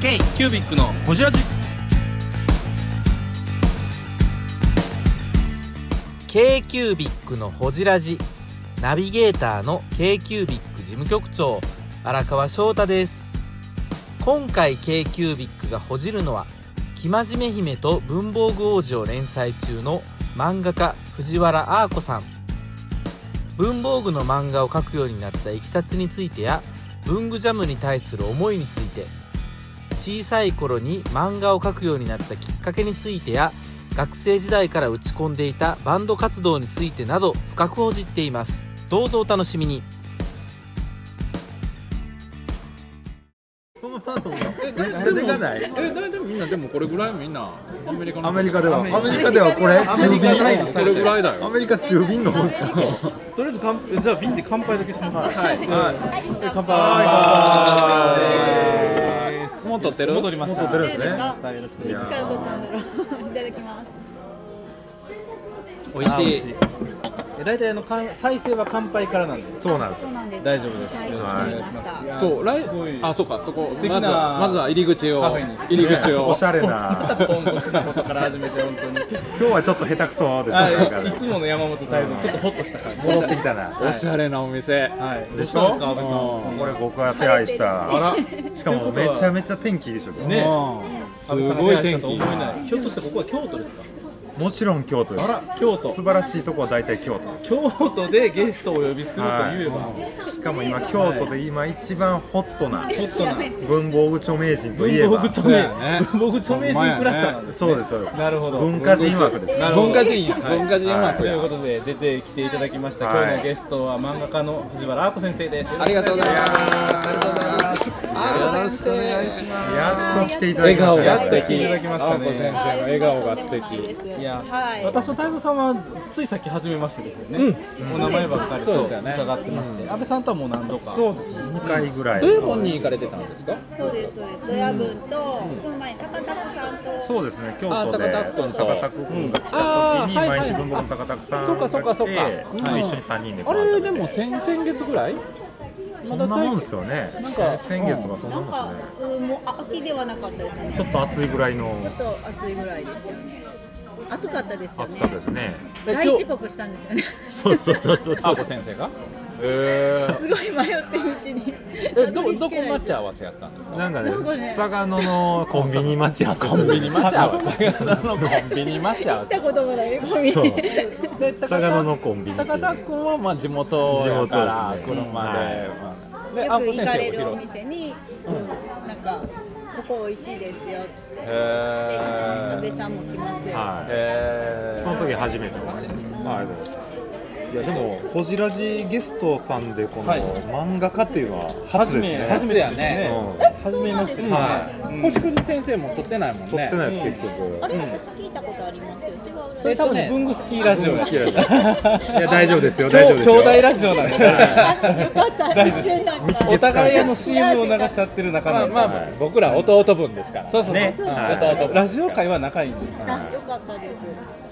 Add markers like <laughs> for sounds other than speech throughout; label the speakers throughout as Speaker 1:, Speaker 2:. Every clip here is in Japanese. Speaker 1: ケイキュービックのホジラジ
Speaker 2: k c ー b i c のほじラジナビゲーターの k c ー b i c 事務局長荒川翔太です今回 k c ー b i c がほじるのは「生真面目姫と文房具王子」を連載中の漫画家藤原アー子さん文房具の漫画を描くようになったいきさつについてや文具ジャムに対する思いについて小さい頃に漫画を描くようになったきっかけについてや学生時代から打ち込んでいたバンド活動についてなど深く報じっていますどうぞお楽しみに
Speaker 3: そのままの出てかない
Speaker 4: えだでもみんなでもこれぐらいみんなアメリカの
Speaker 3: アメリカでは
Speaker 4: ア
Speaker 3: ア
Speaker 4: メ
Speaker 3: メリカではこれ中
Speaker 2: リカ
Speaker 3: 瓶
Speaker 2: ないです
Speaker 4: これぐらいだ
Speaker 3: ア
Speaker 4: よ
Speaker 3: メリカ中瓶の方ですか
Speaker 1: とりあえずかんじゃあ瓶で乾杯だけしますか
Speaker 4: はい
Speaker 1: 乾杯
Speaker 4: もう取ってる
Speaker 1: 戻りました
Speaker 3: もう撮ってるんですね
Speaker 1: 下よろしくお
Speaker 5: いつ
Speaker 1: 願いし
Speaker 5: か
Speaker 1: ま
Speaker 5: ら撮ったんだろう。いただきます。
Speaker 4: 美味しい
Speaker 1: す大体あのかん再生は乾杯からなんで
Speaker 3: そうなんです
Speaker 5: そ
Speaker 3: よ
Speaker 5: うなんです。
Speaker 1: 大丈夫です
Speaker 5: はい、
Speaker 1: よろしくお願いします
Speaker 5: はい
Speaker 1: いや
Speaker 4: そう来
Speaker 1: すごい
Speaker 4: あそうかそこ
Speaker 1: 素敵な
Speaker 4: まずはまずは入り口を
Speaker 1: カフェに
Speaker 4: 入り口
Speaker 3: ねお
Speaker 4: を
Speaker 3: しゃれ
Speaker 1: ま
Speaker 3: な
Speaker 1: たポンコツなことから始めて本当に
Speaker 3: 今日はちょっと下手くそですねなんか
Speaker 1: あ
Speaker 3: ね
Speaker 1: いつもの山本泰造ちょっとホッとした感じ
Speaker 3: 戻ってきたな
Speaker 4: おしゃれなお店
Speaker 1: はいどう
Speaker 3: で
Speaker 1: し
Speaker 3: し
Speaker 1: ん
Speaker 3: た
Speaker 1: です
Speaker 3: ょ
Speaker 1: か安部さん
Speaker 3: これ僕が手配した
Speaker 4: あ
Speaker 3: しかもめちゃめちゃ天気いいでしょ
Speaker 1: ね
Speaker 4: らす
Speaker 1: 安倍さん
Speaker 4: ごい
Speaker 1: が手配した
Speaker 4: 天
Speaker 1: と
Speaker 4: 気
Speaker 1: 思えないひょっとしてここは京都ですか
Speaker 3: もちろん京都です
Speaker 1: 京都
Speaker 3: 素晴らしいとこは大体京都です
Speaker 1: 京都でゲストをお呼びするといえば、
Speaker 3: しかも今京都で今一番ホットな
Speaker 1: ホットな
Speaker 3: 文房具著名人といえ
Speaker 1: 文房
Speaker 3: ば
Speaker 1: 具著
Speaker 4: そう
Speaker 1: 名、
Speaker 4: やね
Speaker 1: 文房具著名人クラスターなんです、
Speaker 3: そうですそうです
Speaker 1: なるほど
Speaker 3: 文化人枠ですね
Speaker 1: なるほど
Speaker 4: 文化人や
Speaker 1: はい
Speaker 4: 文化人は
Speaker 1: ということで出てきていただきました、
Speaker 3: はい
Speaker 1: 今日のゲストは漫画家の藤原あ子先生です
Speaker 4: ありがとうございますありがとうございますあよろしくお願いします
Speaker 3: やっと来ていただ
Speaker 4: 笑
Speaker 3: きました
Speaker 4: 顔が
Speaker 1: や
Speaker 3: ね
Speaker 4: 素
Speaker 1: っと来
Speaker 4: 敵
Speaker 1: ていただきましたね
Speaker 4: あこ先生の笑顔が素
Speaker 5: とんでもない
Speaker 4: 敵
Speaker 5: です
Speaker 1: いや、
Speaker 5: はい。
Speaker 1: 私と太蔵さんはついさっき初めましてですよね、お名前ばっかり
Speaker 4: そう
Speaker 1: そう
Speaker 4: ですよね
Speaker 1: 伺ってまして、安倍さんとはもう何度か
Speaker 3: そうです2回ぐらい
Speaker 4: どういう本に行かれてたんですか
Speaker 5: そうですそうです。ドヤ分と、その前に高田子さんと。
Speaker 3: そうですね京
Speaker 4: あ
Speaker 3: 都で
Speaker 4: 高田君と
Speaker 3: 高田君が来た
Speaker 4: あ
Speaker 3: 時に
Speaker 4: ーはいはい
Speaker 3: 毎日文房具の高田さ
Speaker 4: そうんかそう
Speaker 3: が
Speaker 4: か
Speaker 3: 来
Speaker 4: そう
Speaker 3: て
Speaker 4: か
Speaker 3: はい一緒に3人でご
Speaker 4: あ
Speaker 3: 飯
Speaker 4: れ
Speaker 3: 食べ
Speaker 4: で
Speaker 3: て
Speaker 4: も先々月ぐらい
Speaker 3: そんなもんですよね
Speaker 4: なんか
Speaker 3: 先月とかそんな
Speaker 5: なん
Speaker 3: も
Speaker 5: か
Speaker 3: んですね、
Speaker 5: うん、もう秋ではなかったですよね。
Speaker 3: ちょっと暑いぐらいの
Speaker 5: ちょっと暑いぐらいでしたよね。暑かったですよね。
Speaker 3: 暑かったですね
Speaker 5: 大遅刻したんですよね。
Speaker 3: そうそうそうそう
Speaker 4: あこ先生が
Speaker 5: <laughs> すごい迷ってるうちに。
Speaker 4: えどどこ待ち合わせやったんですか
Speaker 3: なんかね
Speaker 5: なんかね
Speaker 3: 佐賀野のコンビニ待ち合わせコ
Speaker 4: コンビニ待ち合わせのコンビニ待ち合わ
Speaker 5: 行っ
Speaker 4: せ
Speaker 5: たこともないコンビ
Speaker 3: そう
Speaker 5: ニ。
Speaker 4: で
Speaker 3: 佐賀野のコンビニ
Speaker 4: 高田君はまあ地元やから
Speaker 3: 地元ですね
Speaker 4: 車で、
Speaker 3: はい
Speaker 4: まあ、で
Speaker 5: よ
Speaker 4: こ
Speaker 5: く行
Speaker 4: 先
Speaker 5: か
Speaker 4: 生
Speaker 5: れ
Speaker 4: お
Speaker 5: るお
Speaker 4: 昼
Speaker 5: 店に、なんかここ美味しいですよって、で安
Speaker 4: へ
Speaker 5: 倍さんも来ますよ。
Speaker 3: はい
Speaker 4: え
Speaker 3: その時初めてお会いしましたあありがとうございますいやでもホジラジゲストさんでこの
Speaker 1: はい
Speaker 3: 漫画家っていうのは初
Speaker 1: 初
Speaker 3: です
Speaker 1: め
Speaker 3: ね
Speaker 1: 初めてですね
Speaker 3: う
Speaker 1: 初めましてですね、
Speaker 3: は
Speaker 4: 星屑先生も撮ってないもんね
Speaker 3: 撮ってないです結局
Speaker 5: あれ私聞いたことありますよ。違う。
Speaker 1: それ多分文具スキーラジオや
Speaker 3: い
Speaker 4: <laughs>
Speaker 3: や大丈夫ですよ大丈夫
Speaker 1: 兄
Speaker 3: で
Speaker 1: <laughs>
Speaker 3: す
Speaker 1: 兄
Speaker 3: よ
Speaker 1: 弟ラジオなんで
Speaker 5: よかっ
Speaker 1: 大丈夫
Speaker 5: た。
Speaker 1: です
Speaker 5: 一緒なんか
Speaker 1: <laughs> お互い
Speaker 4: <laughs>
Speaker 1: あの CM を流し合ってる仲
Speaker 4: ま
Speaker 1: な
Speaker 4: あ
Speaker 1: んで、
Speaker 4: まあ僕ら弟分ですから
Speaker 1: そうそうそう、
Speaker 3: ね
Speaker 1: うん
Speaker 3: はい
Speaker 4: 弟分
Speaker 1: ラジオ界は仲いいんですよ
Speaker 5: あよかったです。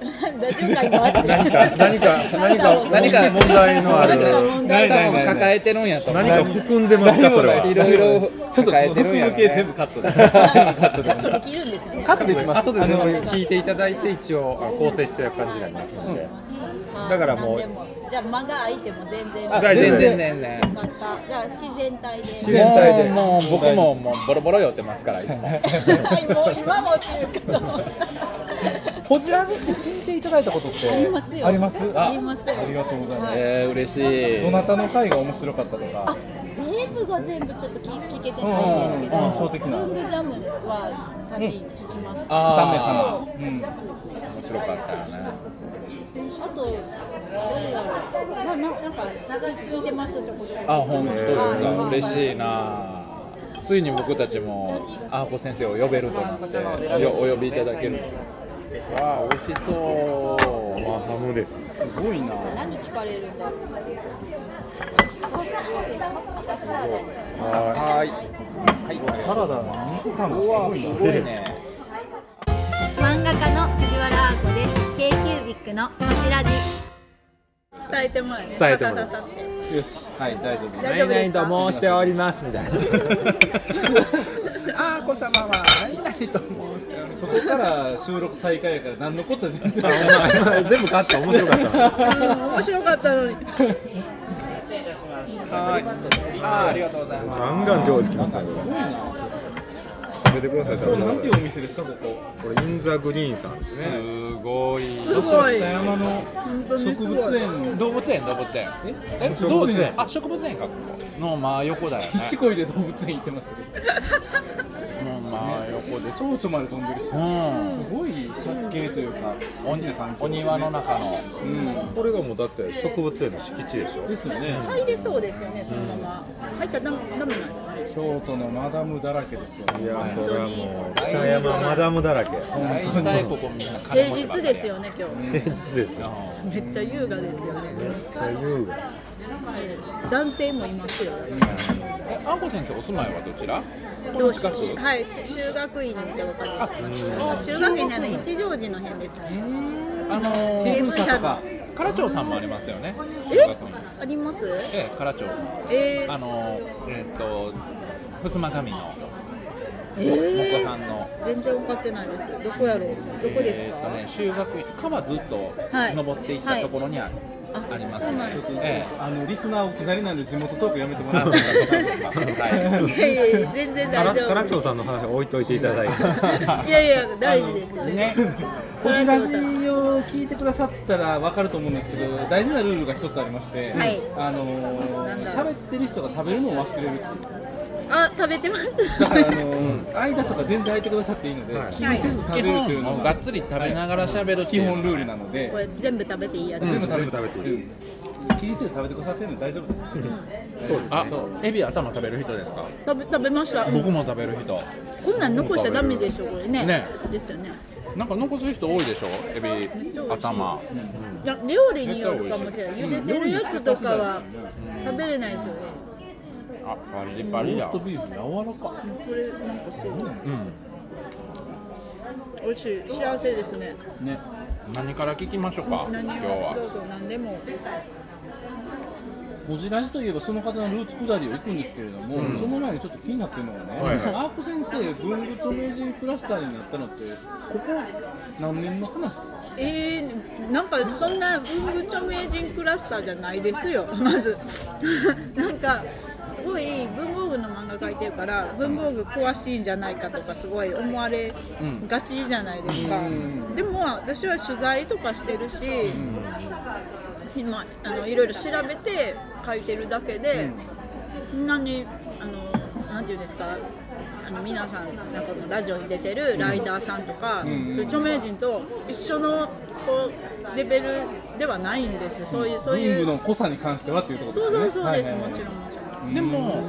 Speaker 5: ラジオ会もあって。
Speaker 3: 何か何か何か
Speaker 4: 何か
Speaker 3: 問題のあ
Speaker 5: 何か
Speaker 3: る
Speaker 5: 問
Speaker 1: ない
Speaker 5: 題
Speaker 1: ないない
Speaker 4: 多分抱えてるんやと思う
Speaker 3: 何か含んでますかそれ
Speaker 4: い
Speaker 3: は
Speaker 4: ろいろ
Speaker 1: ちょっと
Speaker 4: 抱えて
Speaker 1: 服
Speaker 4: るんやろ
Speaker 1: 務
Speaker 4: ね
Speaker 1: 系全部カットで
Speaker 5: カットできるんですよね。
Speaker 1: カットできます
Speaker 3: 後で、ね、
Speaker 1: あの
Speaker 3: 聞いていただいて一応あ構成してる感じになりますので、だからもう
Speaker 5: 何でじゃあ間が空いても全然。よ
Speaker 4: あ
Speaker 5: かっ
Speaker 3: 大丈夫
Speaker 4: 全然全
Speaker 5: た。
Speaker 4: 然
Speaker 5: じゃあ自然体で。
Speaker 3: 自然体で
Speaker 4: もうもう僕ももうボロボロ酔ってますからいつも
Speaker 5: はいもう今もっていうか。
Speaker 1: ホジラジって聞いていただいたことってあ
Speaker 5: りますよ
Speaker 1: ありますあ
Speaker 5: ありますよ
Speaker 1: ありがとうございます、
Speaker 4: えー、嬉し
Speaker 1: ど
Speaker 4: い
Speaker 1: なたの回が面白かったとか
Speaker 5: 全部が全部ちょっと聞聞けてないんですけど、
Speaker 1: うんうんうん印象的な
Speaker 5: 文具ジャムは3人聞きました。
Speaker 4: あ
Speaker 1: 3名様、
Speaker 4: 面白かったよね
Speaker 5: あと、どれだろう、なななんか探し聞いてますちょこちょこ。
Speaker 4: あ本当ですか嬉
Speaker 5: い。
Speaker 4: しいなついに僕たちもあーこ先生を呼べるとなってよお呼びいただけるわあ美味しそう
Speaker 3: まあ、ハムです
Speaker 1: うん、すごいな
Speaker 5: 何聞かれるんだろう。
Speaker 4: はい
Speaker 1: サラダの肉感がすごいな
Speaker 4: すごいね
Speaker 6: 漫画家の藤原あこです k q b i c のこちらです
Speaker 5: 伝えてもらえね。
Speaker 3: 伝えてもらう
Speaker 5: ささささって
Speaker 1: よしはい大丈夫
Speaker 5: 大丈夫ですか。
Speaker 7: 申しておりますみたいな
Speaker 4: あーこ様は何々と思う
Speaker 1: そこから収録再開やから何のこっちゃ全然わからない
Speaker 3: 全部勝った面白かった
Speaker 6: 面白かったのに
Speaker 4: はいあーありがとうございます
Speaker 3: ガンガン上手きますねこれ食べてください
Speaker 1: こ
Speaker 3: 食
Speaker 1: れ
Speaker 3: べ
Speaker 1: な
Speaker 3: て
Speaker 1: んてい
Speaker 3: く
Speaker 1: う
Speaker 3: ださ
Speaker 1: お店ですかここ
Speaker 3: いこれインザグリーンさんですね
Speaker 4: すごい
Speaker 6: すごい
Speaker 1: 北山の植物園
Speaker 4: 動物園動物園え
Speaker 1: 植
Speaker 4: 動
Speaker 1: 物園
Speaker 4: 物園あ植物園かここの真横だよね
Speaker 1: 必死こいで動物園行ってましたけど
Speaker 4: <laughs> の真横で
Speaker 1: 蝶々まで飛んでるし
Speaker 4: うん
Speaker 1: すごい借景というか素
Speaker 4: お
Speaker 1: 敵な環境
Speaker 4: お庭の中の
Speaker 1: うん
Speaker 3: これがもうだって植物園の敷地でしょ
Speaker 1: ですよね
Speaker 5: 入れそうですよね、そのまま。入ったらダメダメなんですかね。
Speaker 1: 京都のマダムだらけですよ
Speaker 3: い
Speaker 1: ね
Speaker 3: やそれはもう北山マダムだらけ
Speaker 4: 大体ここみんな金
Speaker 5: 平
Speaker 4: 持ち
Speaker 5: 日
Speaker 4: ばっかり
Speaker 5: ですよね、今
Speaker 3: 平日ですね
Speaker 4: う
Speaker 5: 日。めっちゃ優雅ですよね。
Speaker 3: 最優雅
Speaker 5: 男性もいますよ。
Speaker 4: んえあんこ先生お住まいはどちら
Speaker 5: どうし
Speaker 4: 近く
Speaker 5: はい、し修学院ってわかります。修学院なら一乗寺の辺ですね。
Speaker 4: あのー
Speaker 5: 刑務所
Speaker 1: とか
Speaker 4: 唐町さんもありますよね
Speaker 5: えあります？
Speaker 4: ええ唐町さん
Speaker 5: え
Speaker 4: あ
Speaker 5: ー、
Speaker 4: のーえっと襖紙の木
Speaker 5: え
Speaker 4: 版の
Speaker 5: ー、全然分かってないです。どこやろう？どこです
Speaker 4: え
Speaker 5: か
Speaker 4: ーっ？とね、修学院川ずっと
Speaker 5: はい
Speaker 4: 登っていったところにある、
Speaker 5: はいあ
Speaker 4: あります
Speaker 5: そうなんですね
Speaker 4: ええ
Speaker 1: あのリスナー置き去りなんで地元トークやめてもら
Speaker 4: あ
Speaker 1: っ
Speaker 4: そう
Speaker 1: て
Speaker 4: かそうかそうかはい
Speaker 5: いやいやいや全然
Speaker 3: 唐
Speaker 5: 大丈
Speaker 3: 唐長さんの話は置いといていただいて
Speaker 5: 夫。いやいや大事ですよね。
Speaker 1: ね、こちらジを聞いてくださったら分かると思うんですけど大事なルールが一つありまして、
Speaker 5: はい
Speaker 1: あの
Speaker 5: なん
Speaker 1: ー、
Speaker 5: だろ
Speaker 1: 喋
Speaker 5: う
Speaker 1: ってる人が食べるのを忘れるっていう
Speaker 5: あ食べてます。
Speaker 1: だから、あのー、間とか全然空いてくださっていいので、
Speaker 3: はい
Speaker 1: 気にせず食べ
Speaker 4: 基
Speaker 1: るという
Speaker 4: 本
Speaker 1: の
Speaker 4: もうが
Speaker 1: が
Speaker 4: っつり食べながら喋るって
Speaker 1: 基
Speaker 4: いう
Speaker 1: 本ルールなので
Speaker 5: これ全部食べていいやつ。
Speaker 1: 全部食べ
Speaker 3: 全部食べていい
Speaker 1: うん気にせず食べてくださってるので大丈夫です、
Speaker 3: そうです
Speaker 4: あエビ頭食べる人ですか
Speaker 5: 食べ食べました。
Speaker 4: 僕も食べる人
Speaker 5: こんなん残しちゃダメでしょこれね。
Speaker 4: ね
Speaker 5: ですよね。
Speaker 4: なんか残す人多いでしょエビ頭
Speaker 5: いや料理によるかもしれない。茹でてるやつとかは食べれないですよね。
Speaker 4: あパリパリ
Speaker 1: ロー
Speaker 4: だ
Speaker 1: ストビーフ柔らか
Speaker 5: これなんかすごい
Speaker 4: うん
Speaker 5: 美味しい幸せですね。
Speaker 1: ね
Speaker 4: 何から聞きましょうか今
Speaker 5: 何
Speaker 4: 日
Speaker 5: をど
Speaker 4: は
Speaker 5: うぞ何でも。
Speaker 1: ゴジラジといえばその方のルーツ下りを行くんですけれども、その前にちょっと気になってるのがね、
Speaker 4: はいはい
Speaker 1: そのアーク先生文具著名人クラスターになったのってここ何年の話ですか
Speaker 5: えー、なんかそんな文具著名人クラスターじゃないですよ <laughs> まずなんかすごい文房具の漫画描いてるから文房具詳しいんじゃないかとかすごい思われがちじゃないですか、
Speaker 1: うん
Speaker 5: でも私は取材とかしてるし、今あのいろいろ調べて書いてるだけで、そんなにあのなんていうんですかあの皆さんなんかのラジオに出てるライダーさんとか、そういう著名人と一緒のこうレベルではないんです、そういうそう
Speaker 1: 文
Speaker 5: い
Speaker 1: 具
Speaker 5: う、
Speaker 1: の濃さに関してはっていうとこ
Speaker 5: そ
Speaker 1: ろ
Speaker 5: うそう
Speaker 1: ですよね
Speaker 5: そうで
Speaker 1: はいはいはい
Speaker 5: す、もちろんもちろ
Speaker 4: でも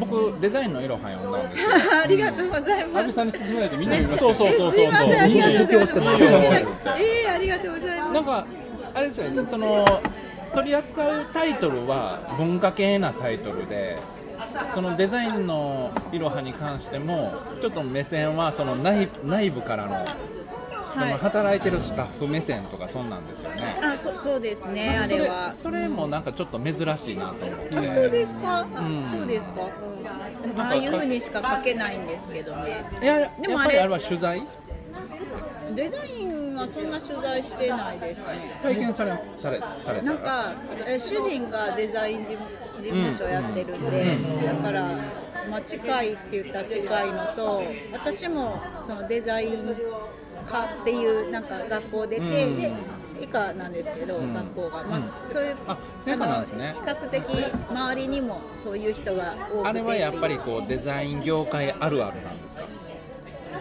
Speaker 4: 僕デザインのいろは読んだんですよ
Speaker 5: んありがとうござい
Speaker 1: 安
Speaker 5: ま
Speaker 1: 倍
Speaker 5: す
Speaker 1: さんに勧められてみんな見ました
Speaker 4: そうそう
Speaker 5: えす
Speaker 4: そうそう
Speaker 5: いませんありがとうございます
Speaker 4: みんな影響して
Speaker 5: えー、ありがとうございます
Speaker 4: なんかあれですよねその取り扱うタイトルは文化系なタイトルでそのデザインのいろはに関してもちょっと目線はその内内部からのそ
Speaker 5: はい
Speaker 4: の働いてるスタッフ目線とかそんなんですよね、
Speaker 5: あそそうですねあ
Speaker 4: そ
Speaker 5: れ
Speaker 4: れ
Speaker 5: は
Speaker 4: それもなんかちょっと珍しいなと思って、
Speaker 5: あそうですか、
Speaker 4: ん
Speaker 5: そうですか、ああいうふうにしか書けないんですけどね
Speaker 4: いややっ
Speaker 5: でもあ
Speaker 4: ぱ
Speaker 5: れ
Speaker 4: りあれは取材
Speaker 5: デザインはそんな取材してないですね
Speaker 4: 体験されされされた
Speaker 5: なんかえ主人がデザイン事務事務所やってるんで、だから、まあ、近いって言ったら近いのと私もそのデザイン科っていうなんか学校出て、で以下なんですけど、学校が、まあ
Speaker 4: うん
Speaker 5: そういう
Speaker 4: あ聖火なんですね
Speaker 5: あの比較的周りにもそういう人が多くて
Speaker 4: あれはやっぱ
Speaker 5: ってい
Speaker 4: り
Speaker 5: う
Speaker 4: こうデザイン業界あるあるなんですか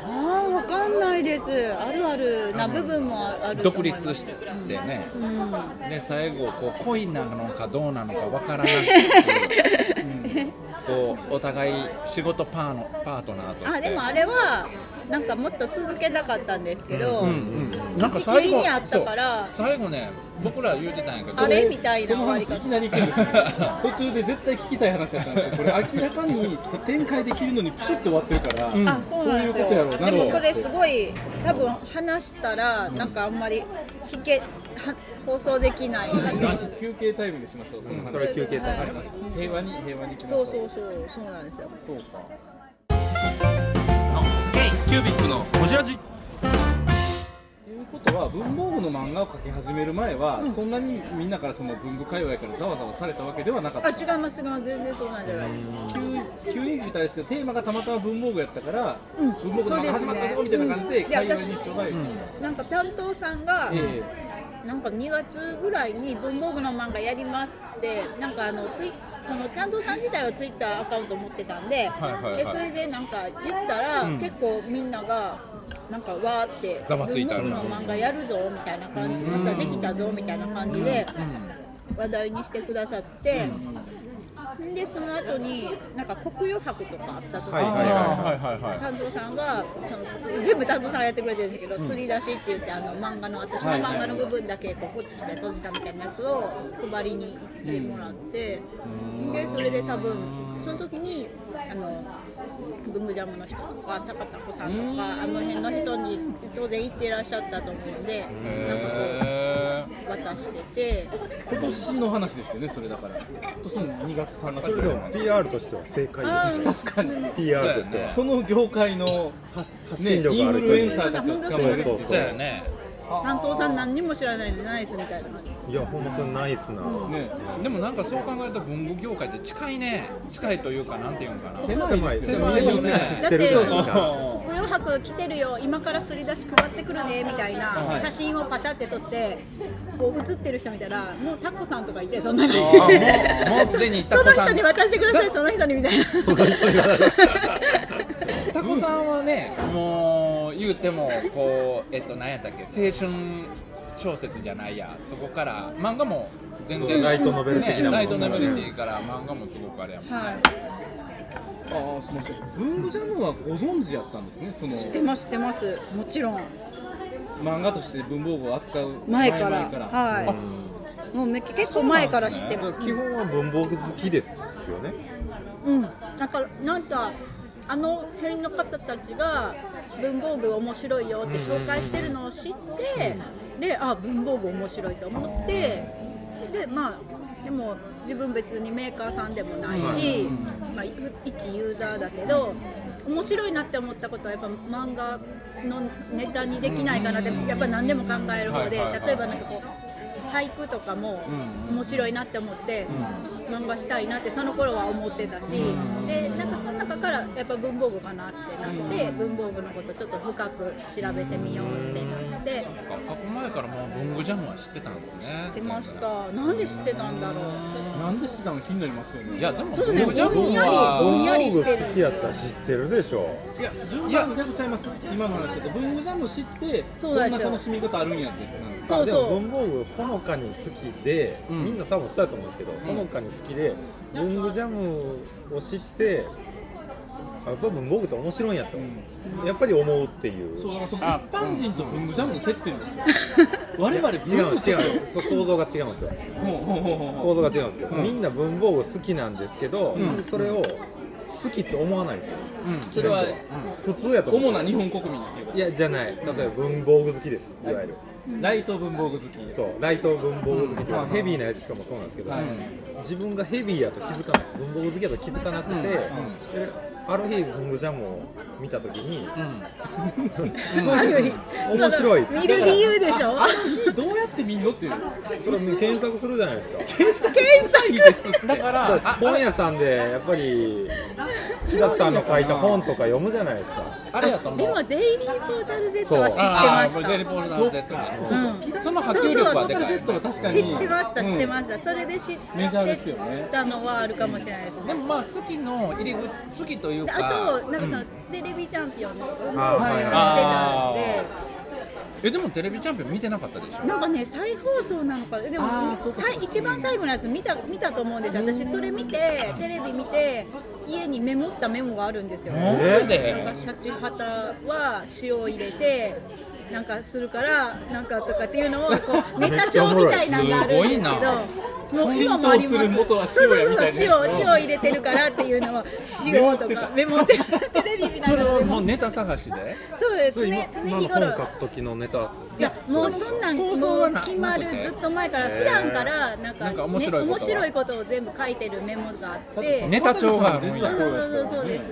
Speaker 5: ああ、わかんないです。あるあるな部分もあると
Speaker 4: 独
Speaker 5: 思います。
Speaker 4: 立しててね、
Speaker 5: うん。
Speaker 4: で最後こう恋なのかどうなのかわからなくて、うんこうお互い仕事パーのパートナーとして
Speaker 5: あ、でもあれはなんかもっと続けたかったんですけど、
Speaker 4: うんうんなんか
Speaker 5: 打ち
Speaker 4: 最
Speaker 5: 切り
Speaker 4: 後
Speaker 5: にあったから
Speaker 4: そう最後ね僕ら言うてたんやけど
Speaker 5: あれみたいな
Speaker 1: そ
Speaker 5: 終
Speaker 1: の
Speaker 5: わ
Speaker 1: 話
Speaker 5: り
Speaker 1: いき
Speaker 5: 方。
Speaker 1: なり行くんですよ途中で絶対聞きたい話だったんですよこれ明らかに展開できるのにプシュって終わってるから、
Speaker 4: ん
Speaker 5: あ、そうなんですよ。
Speaker 1: そういうことやろうな
Speaker 5: でもそれすごい多分話したらなんかあんまり聞けは放送できない内容。
Speaker 1: 休憩タイムにしましょうその話、
Speaker 3: それ休憩タイム
Speaker 1: ありました平和に平和に行きましょ
Speaker 5: そう
Speaker 1: う
Speaker 5: そうそうそうなんですよ。
Speaker 1: そうか
Speaker 2: キュービックのホジラジ
Speaker 1: ということは文房具の漫画を描き始める前は、そんなにみんなからその文具界隈からざわざわされたわけではなかっ
Speaker 5: あ
Speaker 1: た
Speaker 5: 違います違います全然そうなんじゃないです
Speaker 1: 急に急に言ったらあれですけどテーマがたまたま文房具やったから、
Speaker 5: うん
Speaker 1: 文房具の漫画始まった
Speaker 5: そ
Speaker 1: ぞ
Speaker 5: う
Speaker 1: み
Speaker 5: で
Speaker 1: た
Speaker 5: す
Speaker 1: い
Speaker 5: ね
Speaker 1: な感じで
Speaker 5: うんいや
Speaker 1: 界隈に人がいる、
Speaker 5: なんか担当さんが、
Speaker 1: え
Speaker 5: なんか2月ぐらいに文房具の漫画やりますってなんかあのツイその担当さん自体はツイッターアカウント持ってたんで,、
Speaker 4: はいはいはい
Speaker 5: でそれでなんか言ったら、
Speaker 4: うん
Speaker 5: 結構みんながなんかわーって
Speaker 4: ざわついた
Speaker 5: 文房具の漫画やるぞみたいな感じまたできたぞみたいな感じで話題にしてくださって。でその後になんか国有博とかあった時に、
Speaker 3: はいはい
Speaker 4: はいはいはい
Speaker 5: 担当さんがその全部担当さんがやってくれてるんですけど、すり出しって言ってあの漫画の私の漫画の部分だけこうポチして閉じたみたいなやつを配りに行ってもらって、でそれで多分その時にあの文具ジャムの人とか高田子さんとか、あの辺の人に当然行ってらっしゃったと思うんで、なんかこ
Speaker 4: へ
Speaker 5: う渡してて。
Speaker 1: え今年の話ですよねそれだから今年の2月3月
Speaker 3: それ
Speaker 1: ぐ
Speaker 3: で
Speaker 1: らい
Speaker 3: も
Speaker 1: の話
Speaker 3: PR としては正解ですね
Speaker 1: 確かに
Speaker 3: PR としては
Speaker 1: その業界の、ね、
Speaker 3: 信力
Speaker 1: イ
Speaker 3: が
Speaker 1: ン
Speaker 3: ある
Speaker 1: フルエンサーたちを捕まえるってい
Speaker 3: そうう
Speaker 4: そうやね
Speaker 5: 担当さん何にも知らないんでナイスみたいな感じ
Speaker 3: いやほんまそれナイスな
Speaker 1: ね
Speaker 4: でもなんかそう考えると文具業界って近いね近いというかなんていうんかな
Speaker 1: 狭いですよね
Speaker 4: 狭いよ
Speaker 1: 狭いで
Speaker 4: ね
Speaker 1: すね
Speaker 5: だっ
Speaker 3: 出る
Speaker 5: て
Speaker 3: じゃないですか
Speaker 5: 国用博来てるよ今からすり出し配ってくるねみたいな写真をパシャって撮ってこう写ってる人見たらもうタコさんとかいてそんなにそ
Speaker 4: あーもうもうす
Speaker 5: <laughs>
Speaker 4: でにタコ
Speaker 5: の
Speaker 4: さ
Speaker 5: 人
Speaker 4: ん
Speaker 5: に渡してくださいその人にみたいな
Speaker 4: タコさんはねもう言うてもこうえっと何やったっけ青春小説じゃないやそこから漫画も全然
Speaker 3: ライトノベル的なもの
Speaker 4: ねライトノベルティから漫画もすごくあれやもん
Speaker 5: はい
Speaker 1: ああすみません文具ジャムはご存知やったんですねその
Speaker 5: 知ってます知ってますもちろん
Speaker 1: 漫画として文房具を扱う
Speaker 5: 前から
Speaker 1: 前々
Speaker 5: はいもうめ結構前から知ってます
Speaker 3: 基本は文房具好きですよね
Speaker 5: うん、なんかなんかあの辺の方たちが文房具面白いよって紹介してるのを知って、であ文房具面白いと思ってでまあでも自分別にメーカーさんでもないし、まあ、い一ユーザーだけど面白いなって思ったことはやっぱ漫画のネタにできないかなってやっぱ何でも考える方で
Speaker 4: はいはいはい
Speaker 5: 例えばなんかこう俳句とかも面白いなって思って。漫画したいなってその頃は思ってたし、でなんかその中からやっぱ文房具かなってなって、文房具のことちょっと深く調べてみようってなって
Speaker 4: なんか過去前からもう文具ジャムは知ってたんですね
Speaker 5: 出ましたなんで知ってたんだろう
Speaker 1: からなんで知ってたの気になりますよね
Speaker 4: いやでも
Speaker 5: ちょっと
Speaker 4: 文
Speaker 5: ね
Speaker 4: 具ジャム
Speaker 5: ぼ
Speaker 4: は
Speaker 5: ん
Speaker 3: 文
Speaker 5: や
Speaker 3: 房
Speaker 5: り
Speaker 3: 具
Speaker 5: してる
Speaker 3: 好きやったら知ってるでしょ
Speaker 1: いや順番逆ちゃいます今の話だと文具ジャム知って
Speaker 5: そ
Speaker 1: こ
Speaker 5: うんなん
Speaker 1: な
Speaker 5: ですよ
Speaker 1: 楽しみ方あるんやってなんです
Speaker 5: そう
Speaker 3: で
Speaker 5: そ
Speaker 3: も
Speaker 5: う
Speaker 3: 文房具ほのかに好きで、みんな多分そうやと思うんですけど、ほのかに好きで文具ジャムを知ってあやっぱ文房具って面白いんやと、やっぱり思うっていう
Speaker 1: そうだからその一般人と文具ジャムの接点ですよ我々文具
Speaker 3: 違う違う
Speaker 1: ちょっ
Speaker 3: そう構造が違うんですよ
Speaker 1: とほうほうほうほう
Speaker 3: 構造が違うんですけど、みんな文房具好きなんですけど、それを好きって思わないんですよ、
Speaker 1: それは
Speaker 3: 普通やと思う
Speaker 1: 主な日本国民っていうか
Speaker 3: いやじゃない例えば文房具好きですいわゆる、
Speaker 1: ライト文房具好き
Speaker 3: そうライト文房具好きって、まあ、ヘビーなやつしかもそうなんですけど、
Speaker 1: はい
Speaker 3: 自分がヘビーやと気づかない文房具好きやと気づかなくて、である日文具ジャムを見た時に、
Speaker 5: <laughs>
Speaker 3: 面白い面白い
Speaker 5: 見る理由でしょ <laughs>
Speaker 1: どうやって見んのっていう
Speaker 3: それ検索するじゃないですか
Speaker 1: 検索詐欺 <laughs> ですって
Speaker 4: だから
Speaker 3: だから本屋さんでやっぱり日田さんの書いた本とか読むじゃないですか
Speaker 4: あれやと思
Speaker 5: で
Speaker 4: う
Speaker 5: もデイリーポータル Z は知って
Speaker 4: あ
Speaker 5: ま
Speaker 4: あ
Speaker 5: し
Speaker 4: デリポ
Speaker 5: た
Speaker 4: ールだとかそうそう
Speaker 5: うん
Speaker 4: その波及力はで
Speaker 1: だから
Speaker 4: かい
Speaker 1: Z は確かに
Speaker 5: 知ってました知ってました、それで知っ
Speaker 1: メジャーです
Speaker 5: て
Speaker 1: よね
Speaker 5: たのはあるかもしれないですね
Speaker 4: でもまあ好きの入り口好きという
Speaker 5: で
Speaker 4: か
Speaker 5: あとなんかその、
Speaker 4: うん
Speaker 5: テレビチャンピオンの文房具を知っ
Speaker 3: あ
Speaker 5: て
Speaker 3: はい
Speaker 5: たんで、
Speaker 4: あえでもテレビチャンピオン見てなかったでしょ
Speaker 5: なんかね再放送なのかなでもさい一番最後のやつ見た見たと思うんですよ私それ見てテレビ見て家にメモったメモがあるんですよ
Speaker 4: マジ
Speaker 5: なん
Speaker 4: で
Speaker 5: かシャチハタは塩を入れてなんかするからなんかとかっていうのをこうネタ帳みたいなのがあるんですけど
Speaker 4: すごいな
Speaker 5: もう塩もあります
Speaker 1: 浸透する元は
Speaker 5: そうそう
Speaker 1: 塩やみたいなやつ
Speaker 5: そうそう塩塩入れてるからっていうのを塩とかメモって <laughs> テレビ見な
Speaker 4: そ
Speaker 5: が
Speaker 4: れ
Speaker 5: ら
Speaker 4: は
Speaker 5: で
Speaker 4: も
Speaker 5: も
Speaker 4: うネタ探しで
Speaker 5: そうです
Speaker 3: それ今
Speaker 5: ね常
Speaker 3: 今
Speaker 5: 日
Speaker 3: の
Speaker 5: 頃
Speaker 3: 本書く時のネタです
Speaker 5: いやもうそんなんも
Speaker 4: 構想は
Speaker 5: う
Speaker 4: な
Speaker 5: 決まる
Speaker 4: なくて
Speaker 5: ずっと前から普段からなんか,、
Speaker 4: なん
Speaker 5: ね、
Speaker 4: か面白いことは
Speaker 5: 面白いことを全部書いてるメモがあって
Speaker 4: ネタ帳があるん
Speaker 5: そう
Speaker 4: や
Speaker 5: そうそうそうです、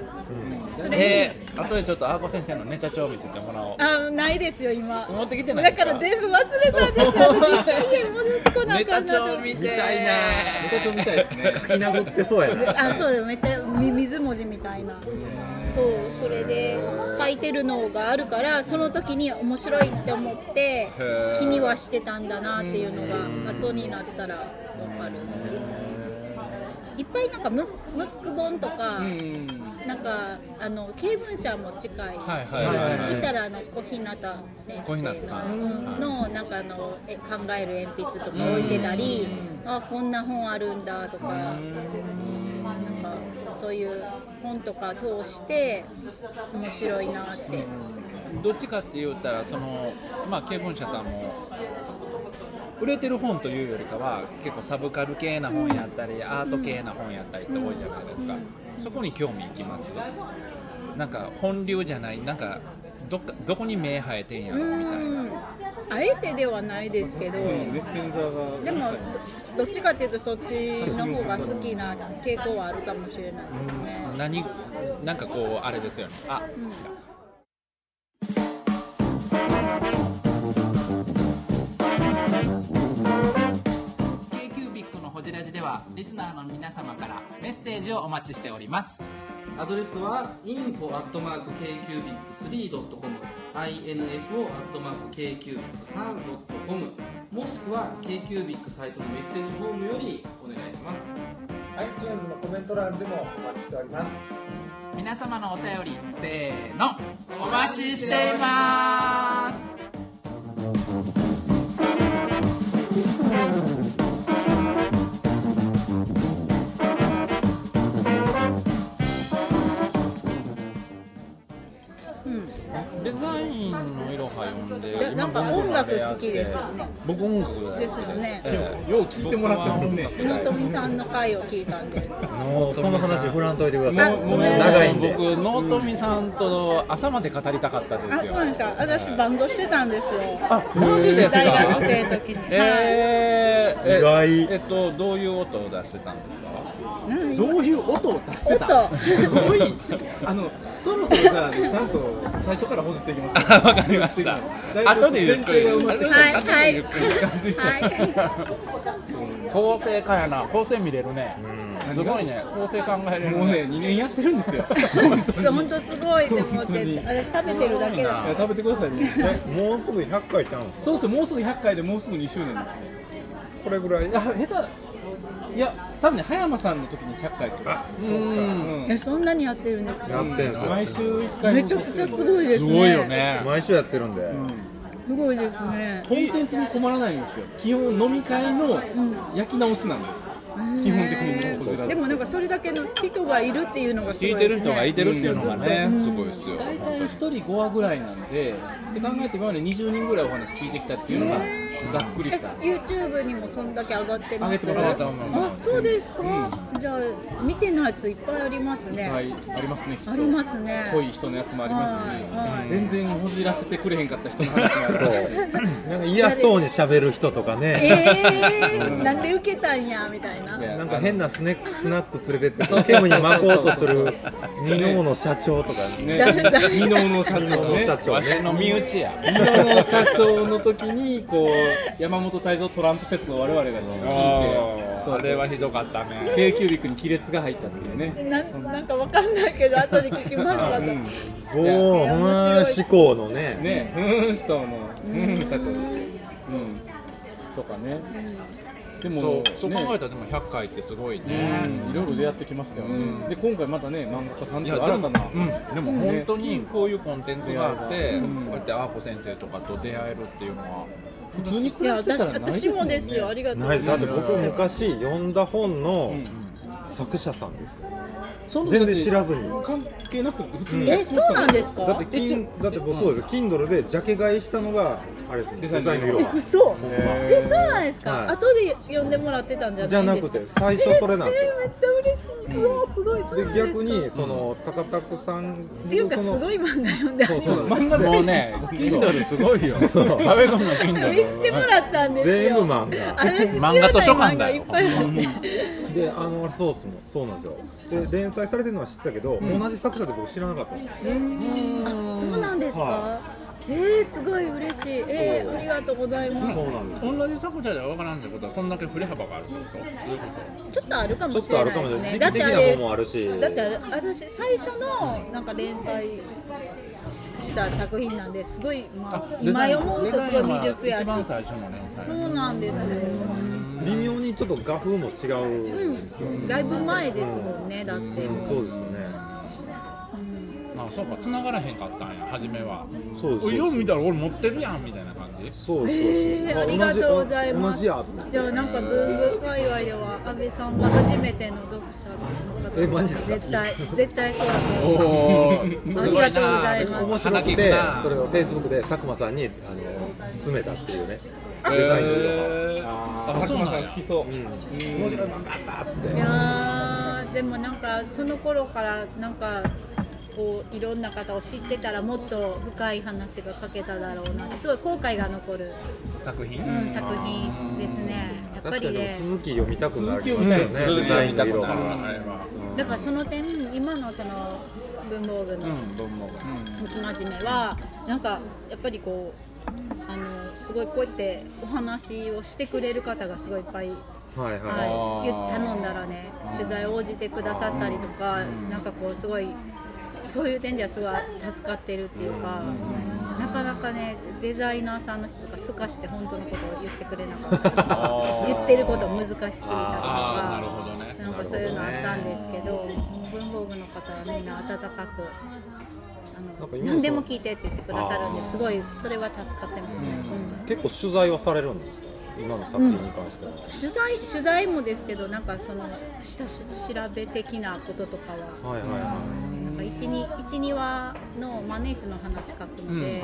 Speaker 5: それに、
Speaker 4: えー、あとでちょっとあーこ先生のネタ帳見せてもらおう
Speaker 5: あないですよ今
Speaker 4: 持ってきてないですか
Speaker 5: だから全部忘れたんですよ私家に戻ってこなあ
Speaker 4: ネ
Speaker 5: か
Speaker 4: タ
Speaker 5: んなと
Speaker 4: 帳
Speaker 5: 思って
Speaker 4: 見てたいな
Speaker 1: ネタ帳みたいですね
Speaker 3: 書き殴ってそうやな
Speaker 5: あそうだよめっちゃみ水文字みたいなそうそれで書いてるのがあるからその時に面白いって思って
Speaker 4: ー
Speaker 5: 気にはしてたんだなっていうのが後になったら分かるいっぱいなんかムッムック本とか、なんかあの経文社も近いし、
Speaker 4: はいはいはいはい
Speaker 5: 見たらあの小日向先生
Speaker 4: 小日
Speaker 5: の
Speaker 4: 向さん
Speaker 5: うんのなんかあのえ考える鉛筆とか置いてたり、あこんな本あるんだとか、なんかそういう本とか通して面白いなって、
Speaker 4: どっちかって言ったらそのまあ経文社さんも売れてる本というよりかは結構サブカル系な本やったり、アート系な本やったりって多いじゃないですか、そこに興味いきますなんか本流じゃないなんかどっかどこに目生えてんやろ
Speaker 5: う
Speaker 4: みたいなん
Speaker 5: あえてではないですけど、
Speaker 1: メッセンジャーが
Speaker 5: でもどどっちかっていうとそっちの方が好きな傾向はあるかもしれないですね。
Speaker 4: 何なんかこうあれですよねあ、
Speaker 7: K-Cubic のホジラジではリスナーの皆様からメッセージをお待ちしております
Speaker 8: <laughs> アドレスは info.kcubic3.com info.kcubic3.com もしくは KQBIC サイトのメッセージフォームよりお願いします
Speaker 9: iTunes のコメント欄でもお待ちしております
Speaker 7: 皆様のお便りせーのお待ちしています
Speaker 4: デザインの色は読んで
Speaker 5: でなんか音楽好きですよね。
Speaker 4: 僕音楽大好き
Speaker 5: ですよね。
Speaker 1: よう聞いてもらってますね
Speaker 5: のとみさんの回を聞いたんで。
Speaker 3: もうその話振らんといてください
Speaker 5: あ、ごめんなさ
Speaker 3: 長
Speaker 5: い。
Speaker 3: いんで
Speaker 4: 僕納富さんと朝まで語りたかったで
Speaker 5: あ、
Speaker 4: す
Speaker 5: そう
Speaker 4: よ
Speaker 5: なんですか。私バンドしてたんですよ。
Speaker 4: あマジですか
Speaker 5: 大学生の時に。はい
Speaker 4: えー、え
Speaker 3: 意外
Speaker 4: えっとどういう音を出してたんですか
Speaker 5: 何
Speaker 1: どういう音を出してた
Speaker 5: 音
Speaker 1: すごいあのそろそろじゃあちゃんと最初からほじっていきましょう
Speaker 4: <laughs> わかりました後でゆっく
Speaker 1: 前提
Speaker 4: り
Speaker 1: が埋まって
Speaker 5: はい
Speaker 1: た
Speaker 5: はい。はい。
Speaker 4: 構成かやな構成見れるねすごいね構成考えれるね
Speaker 1: もうね2年やってるんですよ
Speaker 5: <laughs> そう本当すごいと思って、私食べてるだけだ。
Speaker 1: いや食べてくださいみんな
Speaker 3: もうすぐ100回いたんです
Speaker 1: そうそうもうすぐ100回でもうすぐ2周年ですよ
Speaker 3: これぐらい
Speaker 1: いや下手いや多分ね葉山さんの時に100回とかうん
Speaker 5: え、そんなにやってるんですか。
Speaker 3: やってんすよ
Speaker 1: 毎週1回
Speaker 5: めちゃくちゃすごいですね。
Speaker 4: すごいよ。ね
Speaker 3: 毎週やってるんで、
Speaker 5: すごいですね。
Speaker 1: コンテンツに困らないんですよ基本飲み会の焼き直しなんで、基本的にこちら
Speaker 5: で
Speaker 1: で
Speaker 5: もなんかそれだけの人がいるっていうのがすご
Speaker 4: 聞
Speaker 5: い
Speaker 4: い
Speaker 5: で
Speaker 4: て
Speaker 5: すね。
Speaker 4: る人がいてるっていうのがね
Speaker 5: うん
Speaker 4: すごいですよ
Speaker 1: 大体1人5話ぐらいなんでって考えて今まで20人ぐらいお話聞いてきたっていうのがざっくりした、
Speaker 5: え YouTube にもそんだけ上がってま
Speaker 1: 上げ
Speaker 5: す
Speaker 1: てます上げてます
Speaker 5: あそうですか、じゃあ見てないやついっぱいありますね、
Speaker 1: はいありますね人
Speaker 5: ありますね
Speaker 1: 濃い人のやつもありますし、
Speaker 5: はいはい
Speaker 1: 全然ほじらせてくれへんかった人の話もあるし
Speaker 3: なんか嫌そうに喋る人とかね、
Speaker 5: えー、なんで受けたんやみたいない
Speaker 1: や
Speaker 3: なんか変なスネスナック連れてっ
Speaker 1: そう
Speaker 3: て
Speaker 1: そうそ
Speaker 3: ケ
Speaker 1: う
Speaker 3: ムに巻こうとす
Speaker 1: そうそう
Speaker 3: る二のの社長とか
Speaker 1: ね
Speaker 3: ね
Speaker 5: 誰誰
Speaker 1: 二能の社
Speaker 3: 二
Speaker 1: 長
Speaker 3: のの
Speaker 1: ね
Speaker 3: 社長
Speaker 4: わし
Speaker 3: ね
Speaker 4: の身内や
Speaker 1: 伊藤の社長の時にこう山本泰造トランプ説を我々が聞いてそう
Speaker 4: あれは
Speaker 1: そう
Speaker 4: ひどかったね
Speaker 1: k キュービックに亀裂が入ったっていうね
Speaker 5: ななんかわかんないけど後で聞きますまた
Speaker 3: おおほんま思考のね
Speaker 1: ねふーん人のふーん社長ですようんとかねで
Speaker 4: そ
Speaker 1: も
Speaker 4: うそう考え
Speaker 1: ね
Speaker 4: たらでも100回ってすごいね
Speaker 1: うんいろいろ出会ってきましたよねで今回またね漫画家さん
Speaker 4: い
Speaker 1: とい
Speaker 4: や
Speaker 1: う
Speaker 4: で
Speaker 1: 新た
Speaker 4: も
Speaker 1: な
Speaker 4: うん、でも本当にこういうコンテンツがあって、
Speaker 1: うん
Speaker 4: こうやってアーコ先生とかと出会えるっていうのは、
Speaker 1: 普通に
Speaker 5: い
Speaker 1: 暮
Speaker 5: や
Speaker 1: らして
Speaker 5: 私
Speaker 1: たらないで
Speaker 5: 私
Speaker 1: すも
Speaker 5: も
Speaker 1: んね
Speaker 5: ですよありがとう
Speaker 3: ないだって僕昔読んだ本の
Speaker 1: ん
Speaker 3: 作者さんですよ
Speaker 1: そんな
Speaker 3: 全然知らずに
Speaker 1: 関係なく普通に
Speaker 5: え、そうなんです
Speaker 3: だって
Speaker 5: か。
Speaker 3: 金だって僕そうですよ Kindle でジャケ買いしたのがあれですよ
Speaker 1: デ
Speaker 3: デ
Speaker 1: ザ
Speaker 3: ザ
Speaker 1: イ
Speaker 3: イ
Speaker 1: ン
Speaker 3: ン
Speaker 1: の
Speaker 3: の
Speaker 1: 色
Speaker 3: 色
Speaker 5: え
Speaker 3: は、
Speaker 5: 嘘。
Speaker 1: へー
Speaker 5: え、そうなんですか。
Speaker 3: はい
Speaker 5: 後で読んでもらってたんじゃ
Speaker 3: じゃ
Speaker 5: な
Speaker 3: ない
Speaker 5: んで
Speaker 3: く
Speaker 5: すか。
Speaker 3: て最初それなんですよ
Speaker 5: めっちゃ嬉しい。うわ、すごい。そうなん
Speaker 3: で
Speaker 5: ですか。
Speaker 3: 逆にその高田子さん
Speaker 5: っていうかすごい漫画読んであります
Speaker 1: そう漫画
Speaker 4: も
Speaker 1: 大好き
Speaker 4: う
Speaker 1: で
Speaker 4: ね
Speaker 1: す、
Speaker 4: Kindle すごいよ。食べ込む
Speaker 5: <laughs>
Speaker 4: の
Speaker 5: 見
Speaker 4: Kindle。
Speaker 5: してもらったんですよ。
Speaker 3: 全部漫画
Speaker 5: 私知らない
Speaker 4: 漫画図書館
Speaker 5: 漫画
Speaker 4: だ
Speaker 5: いっ
Speaker 4: よ
Speaker 5: ぱいあって。
Speaker 3: であのそうっすもんそうなんですよで連載されてるのは知ってたけど、同じ作者で僕知らなかったんですよ
Speaker 5: そうなんですか
Speaker 3: は。
Speaker 5: えー、すごい嬉しい。えー、ありがとうございます。
Speaker 3: そうなんですよ
Speaker 4: 同じ作者では分からんってことはこんだけ振れ幅があるってこと
Speaker 5: ちょっとあるか
Speaker 3: ち
Speaker 5: も
Speaker 3: ょっ
Speaker 5: し
Speaker 3: と
Speaker 5: れ
Speaker 3: ある
Speaker 5: ない
Speaker 3: かも
Speaker 5: で
Speaker 3: しれない時
Speaker 5: すね。だっ
Speaker 3: 期
Speaker 5: て
Speaker 3: 的
Speaker 5: あ
Speaker 3: な
Speaker 5: れ
Speaker 3: ものもあるし
Speaker 5: だってあれ私最初のなんか連載しした作品なんですごい、まあ、今思うとすごい未熟やし
Speaker 4: 一番
Speaker 5: そ
Speaker 4: 最初の連載
Speaker 5: うなんですよ、
Speaker 3: 微妙にちょっと画風も違う、
Speaker 5: うん、だいぶ前ですもんねだってもう
Speaker 3: そうですよね
Speaker 4: あそうか繋がらへんかったんや初めは
Speaker 3: そうです
Speaker 4: おいよう見たら俺持ってるやんみたいな感じ
Speaker 3: そうです
Speaker 5: えー、ありがとうございます
Speaker 3: 同じやと思って
Speaker 5: じゃあなんか文具界隈では安倍さんが初めての読者の方
Speaker 3: えマジっすか
Speaker 5: 絶対絶対そうだと思う
Speaker 4: おおあり
Speaker 5: ありがとうございます
Speaker 3: 面白くてそれをフェイスブックで佐久間さんにあの勧めたっていうねデザインの色が、
Speaker 1: あ佐久間さん好きそう、うん
Speaker 3: 面白い漫画あったっつって
Speaker 5: いやーでもなんかその頃からなんかこういろんな方を知ってたらもっと深い話が書けただろうなってすごい後悔が残る、
Speaker 4: 作品
Speaker 5: うん、作品ですねやっぱ
Speaker 3: 確か
Speaker 5: り
Speaker 3: にでも
Speaker 5: ね
Speaker 3: 続き読みたくなり
Speaker 1: 続き読み
Speaker 3: ま
Speaker 1: た
Speaker 3: す
Speaker 1: いで
Speaker 3: よね
Speaker 1: すよね
Speaker 3: デザインの色が
Speaker 4: あれは
Speaker 5: だからその点今のその文房具の
Speaker 4: うんどうも
Speaker 5: 向き真面目はなんかやっぱりこうあのすごいこうやってお話をしてくれる方がすごいいっぱい
Speaker 3: はいはい、
Speaker 5: はい、言頼んだらね取材応じてくださったりとか、なんかこうすごいそういう点ではすごい助かってるっていうか、なかなかねデザイナーさんの人とかすかして本当のことを言ってくれなかったりとか言ってること難しすぎたりと
Speaker 4: ああなる
Speaker 5: か。
Speaker 4: ほどね
Speaker 5: なんかそういうのあったんですけど、文房具の方はみんな温かく
Speaker 3: なんか
Speaker 5: あの
Speaker 3: 今の
Speaker 5: 何でも聞いてって言ってくださるんですごいそれは助かってますね。うん
Speaker 3: 結構取材はされるんですか今の作品に関しては、
Speaker 5: 取材取材もですけどなんかその下し調べ的なこととかは
Speaker 3: はいはいはい
Speaker 5: なんか一二一二話のマネージの話書くの
Speaker 3: は
Speaker 5: で、
Speaker 3: い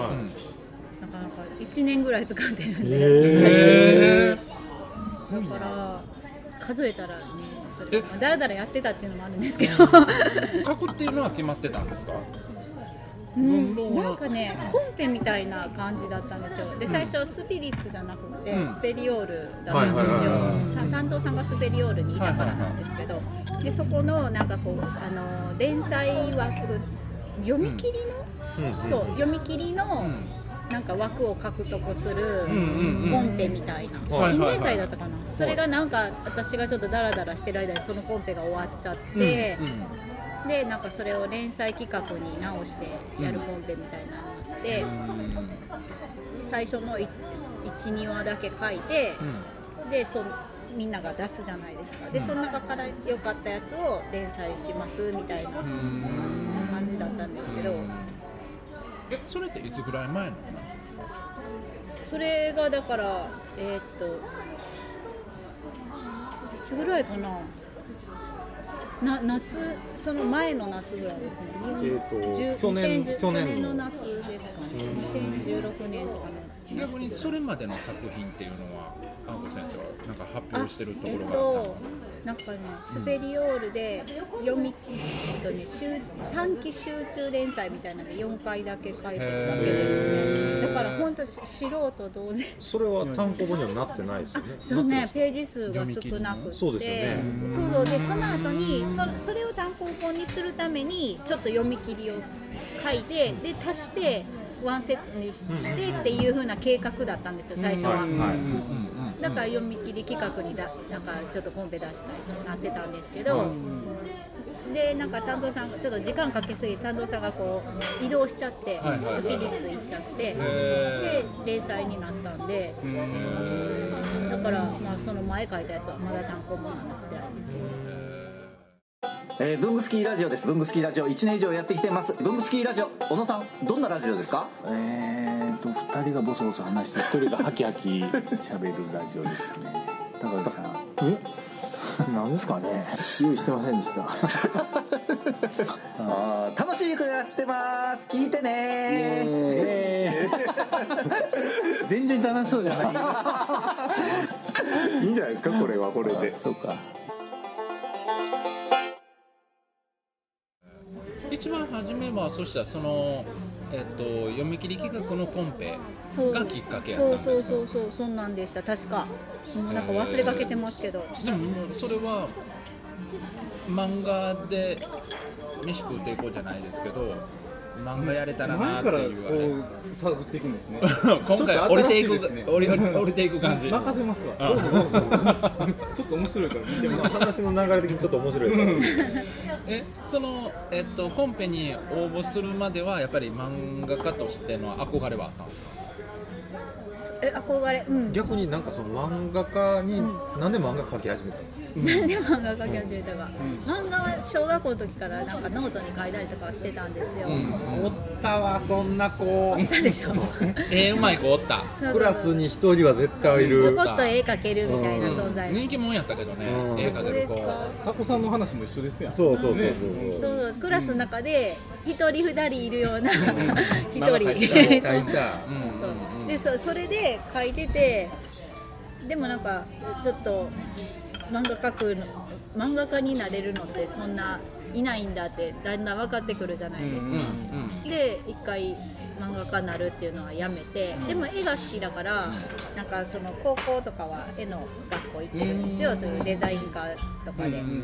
Speaker 5: なかなか一年ぐらい使ってるんで、
Speaker 3: え
Speaker 5: だから数えたらねそれだらだらやってたっていうのもあるんですけど、う
Speaker 4: 書くっていうのは決まってたんですか
Speaker 5: ん、なんかねコンペみたいな感じだったんですよで最初スピリッツじゃなくて、スペリオールだったんですよ、
Speaker 3: はいはいはいはい
Speaker 5: た担当さんがスペリオールにいたからなんですけど、でそこのなんかこうあの連載枠読み切りの、そう読み切りの、なんか枠を獲得するコンペみたいな、
Speaker 4: はいはい
Speaker 5: 新
Speaker 4: はい
Speaker 5: 連載だったかな、それがなんか私がちょっとダラダラしてる間にそのコンペが終わっちゃって、でなんかそれを連載企画に直してやるコンペみたいなのがあって、最初の12話だけ書いて、でそみんなが出すじゃないですかで、その中から良かったやつを連載しますみたいな感じだったんですけど、
Speaker 4: えそれっていつぐらい前の話
Speaker 5: それがだからえーっといつぐらいかなな夏その前の夏ぐらいですね、
Speaker 3: えーと
Speaker 5: 10
Speaker 3: 去年
Speaker 5: 2010去
Speaker 3: 去年の
Speaker 5: 年の夏ですかね2016年とかの夏
Speaker 4: 逆にそれまでの作品っていうのはあんこ先生はなんか発
Speaker 5: あ
Speaker 4: 表してるところ
Speaker 5: えっ
Speaker 4: があ
Speaker 5: となんかねスペリオールで読み、えっとね集短期集中連載みたいなので4回だけ書いてるだけですねだから本当 <laughs> 素人同然
Speaker 3: それは単行本にはなってないですよね
Speaker 5: そうね、ページ数が少なくて、
Speaker 3: そうです
Speaker 5: そうそうでその後にそそれを単行本にするためにちょっと読み切りを書いてで足してワンセットにししてっていう風な計画だったんですよ最初は。だから読み切り企画にだなんかちょっとコンペ出したいってなってたんですけど。でなんか担当さんがちょっと時間かけすぎて担当さんがこう移動しちゃって、
Speaker 4: はいはいはい
Speaker 5: スピリッツ行っちゃってで
Speaker 4: へ
Speaker 5: 連載になったんで、だから、まあ、その前書いたやつはまだ単行本はなってないんですけど。
Speaker 10: えー、ブングスキーラジオですブングスキーラジオ1年以上やってきてますブングスキーラジオ小野さんどんなラジオですか
Speaker 11: えーと2人がボソボソ話して1人がハキハキ喋るラジオですね高橋さん
Speaker 12: なんですかね用意してませんでした
Speaker 11: <laughs>
Speaker 10: あー楽しい曲やってます聞いてね
Speaker 12: 全然楽しそうじゃないいいんじゃないですかこれはこれでそうか
Speaker 4: 一番初めはそしたらその、えっと読み切り企画のコンペ
Speaker 5: そう
Speaker 4: がきっかけやったん
Speaker 5: そう
Speaker 4: ですか
Speaker 5: そうそうそうそんなんでした確かもうなんか忘れかけてますけど
Speaker 4: でももうそれは漫画で飯食うていこうじゃないですけど漫画やれたらな
Speaker 1: 前
Speaker 4: って
Speaker 1: からこ
Speaker 4: いうあれ
Speaker 1: う探っていくんですね
Speaker 4: 今回降りていく
Speaker 1: ちょっと新しですね
Speaker 4: 降り降り降りていく感じ
Speaker 1: 任せますわ
Speaker 4: あ
Speaker 1: どうぞどうぞ <laughs> ちょっと面白いから見てます
Speaker 3: 話の流れ的にちょっと面白いから
Speaker 4: えその、えっと、コンペに応募するまではやっぱり漫画家としての憧れはあったんですか
Speaker 5: え憧れうん
Speaker 3: 逆になんかその漫画家に、なんで漫画描き始めたんですか
Speaker 5: なんで漫画描き始めたか、漫画は小学校の時からなんかノートに書いたりとかはしてたんですよ、
Speaker 4: おったわそんな子お
Speaker 5: ったでし
Speaker 4: <laughs>
Speaker 5: ょ
Speaker 4: えうまい子おった
Speaker 5: そうそう
Speaker 3: クラスに一人は絶対いる
Speaker 5: ちょこっと絵描けるみたいな存在、
Speaker 4: 人気もんやったけどね、
Speaker 3: うん
Speaker 4: 映画で
Speaker 5: そうですか
Speaker 1: タコさんの話も一緒ですやん
Speaker 3: そうそうそうそう
Speaker 1: ね
Speaker 5: そうそうクラスの中で一人二人いるような <laughs> 一人 <laughs>
Speaker 1: <laughs>
Speaker 3: 描いた
Speaker 5: そうでそそれで書いててでもなんかちょっと漫画描くの漫画家になれるのってそんないないんだってだんだん分かってくるじゃないですか、で一回漫画家になるっていうのはやめて、
Speaker 6: うん
Speaker 5: でも絵が好きだから、なんかその高校とかは絵の学校行ってるんですよ、
Speaker 4: うん
Speaker 5: そういうデザイン科とかで、
Speaker 4: うんうん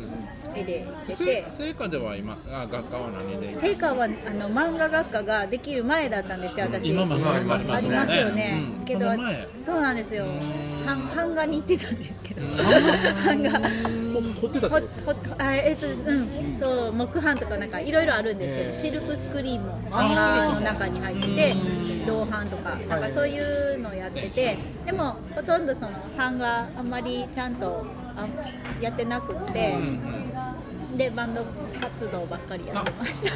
Speaker 5: 絵で
Speaker 4: う
Speaker 5: 出
Speaker 4: ん
Speaker 5: て
Speaker 4: せ成果では今あ学科は何で
Speaker 5: 成果はあの漫画学科ができる前だったんですよ私
Speaker 4: 今もありますね
Speaker 5: ありますよね、
Speaker 4: うん
Speaker 5: けど
Speaker 4: その前
Speaker 5: そうなんですよ版版画に行ってたんですけど版画
Speaker 1: ほってたってことです
Speaker 5: ほあえっとうん、そう木版とかなんかいろいろあるんですけど、
Speaker 6: えー
Speaker 5: シルクスクリーンも漫画の中に入ってて銅版とかなんかそういうのをやっててでもほとんどその版があんまりちゃんとあやってなくって、でバンド活動ばっかりやってました。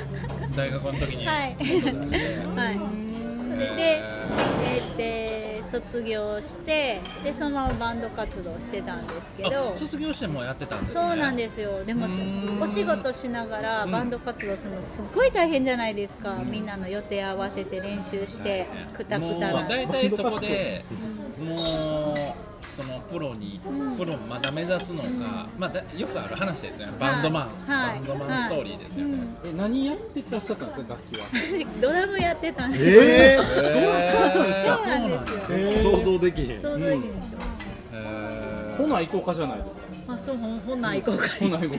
Speaker 4: 大学の時
Speaker 5: <laughs>
Speaker 4: に
Speaker 5: はい。 <laughs> はい。それで、えーで卒業して、でそのままバンド活動してたんですけど
Speaker 4: あ。卒業してもやってたんです、ね、
Speaker 5: そうなんですよ。でもすお仕事しながらバンド活動するのすっごい大変じゃないですか。みんなの予定合わせて練習してくたくた
Speaker 4: もう
Speaker 5: な。
Speaker 4: 大体そこでもうそのプロにプロまだ目指すのか、まあだよくある話ですよねバンドマン、
Speaker 5: はい
Speaker 4: バンドマンストーリーですよね、
Speaker 1: え何やってらっしゃったんですか楽器は
Speaker 5: 私 <laughs> ドラムやってたんです。
Speaker 1: えー
Speaker 4: ドラムですか
Speaker 5: そうなんですよ。
Speaker 3: 想像できへん
Speaker 5: そうなんですよ。
Speaker 1: ほな行こうかじゃないですか
Speaker 5: まあそうほんほんな行こうか。
Speaker 1: ほな行こう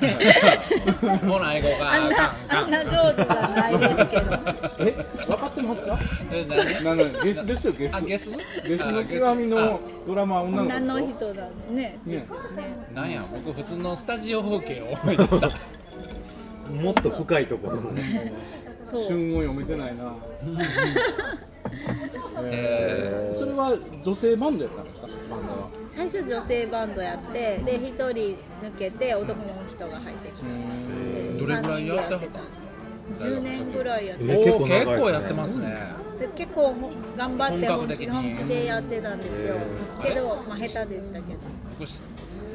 Speaker 1: か
Speaker 4: <laughs> ほな行こう
Speaker 5: <laughs>
Speaker 4: か
Speaker 5: あんなあんな上手じゃないですけど。
Speaker 1: え分かってますか
Speaker 4: え
Speaker 1: なんかゲスですよゲス
Speaker 4: あゲス
Speaker 1: ゲスの極みのドラマは女
Speaker 5: 女
Speaker 1: の子
Speaker 5: の
Speaker 1: でし
Speaker 5: 人だね。
Speaker 1: ね
Speaker 5: ですよね。
Speaker 4: なんや僕普通のスタジオ風景を思い出した
Speaker 3: もっと深いところ
Speaker 1: ょ旬を読めてない <laughs> なえーそれは女性バンドやったんですかバンドは
Speaker 5: 最初女性バンドやってで一人抜けて男の人が入ってきた
Speaker 4: どれぐらいやってはったんですか
Speaker 5: 10年ぐらいやって
Speaker 4: おー
Speaker 5: て
Speaker 4: 結構やってますね、
Speaker 5: で結構頑張って
Speaker 4: 本
Speaker 5: 本
Speaker 4: 格的
Speaker 5: 気
Speaker 4: に
Speaker 5: 本気でやってたんですよ
Speaker 4: え
Speaker 5: けどまあ下手でしたけど
Speaker 4: 僕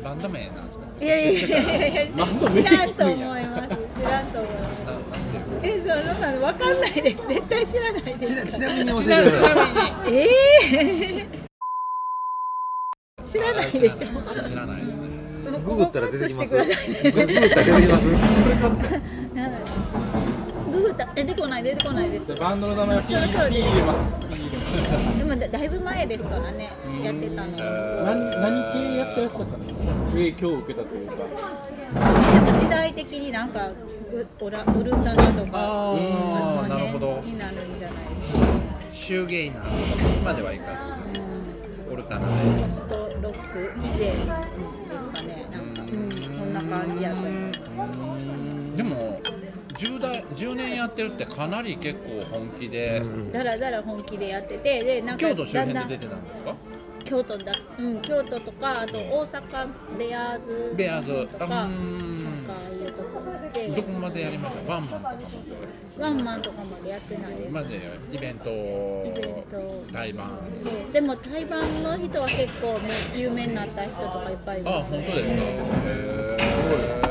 Speaker 4: バンド名なんですか
Speaker 5: いやいやいやいやいや
Speaker 4: バンド名
Speaker 5: 知らんと思います知らんと思いますえそうそんなの分かんないです絶対知らないですちな
Speaker 3: みに教えてください
Speaker 5: みにえー知らないでしょ
Speaker 4: 知らないですね
Speaker 5: <laughs> ググったら出てきますググ
Speaker 3: ったら出てきます
Speaker 5: ググったえ出てこない出てこないです
Speaker 1: バンドの名前はピー
Speaker 5: それから
Speaker 1: ピー入れますピー入れます
Speaker 5: でもだだいぶ前ですからねやってたの
Speaker 1: 何何系やってらっしゃったんですか影響を受けたというか
Speaker 5: 時代的になんかうオラオルタナとか
Speaker 4: あー
Speaker 5: あの
Speaker 4: なるほど
Speaker 5: 辺になるんじゃない
Speaker 4: シューゲイナーまではいかずオルタナで
Speaker 5: ですかポストロック以前ですかねなんか、うん、そんな感じやと思います
Speaker 4: でも10代10年やってるってかなり結構本気で、
Speaker 5: だらだら本気でやっててでなんか
Speaker 4: 京都周
Speaker 5: だんだ
Speaker 4: 辺で
Speaker 5: ん
Speaker 4: 出てたんですか
Speaker 5: 京都だ、うん、京都とかあと大阪ベアーズ
Speaker 4: ベアーズ
Speaker 5: とか
Speaker 4: あう
Speaker 5: なん
Speaker 4: ん
Speaker 5: かああいうとこで
Speaker 4: どこまでやりましたワンマンとかま
Speaker 5: ワンマンとかまでやってないで
Speaker 4: ですまでイベント
Speaker 5: イベント
Speaker 4: 対バン
Speaker 5: そうでも台湾の人は結構ね有名になった人とかいっぱいい
Speaker 4: あ
Speaker 5: ます
Speaker 4: 本
Speaker 5: ね
Speaker 4: 当ですかへ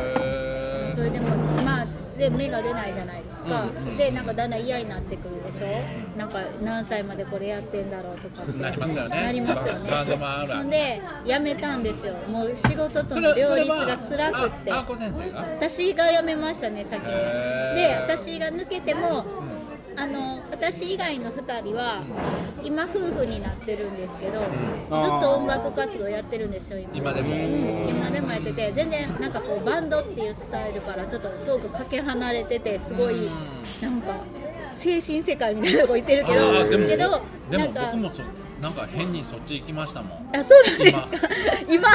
Speaker 5: それでもまあで目が出ないじゃないですか、でなんかだんだん嫌になってくるでしょなんか何歳までこれやってんだろうとかって
Speaker 4: なりますよね
Speaker 5: なりますよね
Speaker 4: まあでもあるある
Speaker 5: で辞めたんですよもう仕事と
Speaker 4: そ
Speaker 5: の
Speaker 4: れ
Speaker 5: 両
Speaker 4: それ
Speaker 5: 立
Speaker 4: は
Speaker 5: が辛くって
Speaker 4: ああこ先生が
Speaker 5: 私が辞めましたね先に
Speaker 4: へー
Speaker 5: で私が抜けてもあの私以外の2人は今夫婦になってるんですけど、
Speaker 4: あー
Speaker 5: ずっと音楽活動やってるんですよ今
Speaker 4: 今でも
Speaker 5: うん、今でもやってて全然なんかこうバンドっていうスタイルからちょっと遠くかけ離れててすごいなんか精神世界みたいなとこ行ってるけ
Speaker 4: あ
Speaker 5: ど
Speaker 4: ーでも
Speaker 5: けど
Speaker 4: で
Speaker 5: なん
Speaker 4: も
Speaker 5: か
Speaker 4: 僕もそなんか変にそっち行きましたもん
Speaker 5: あそうなんですか今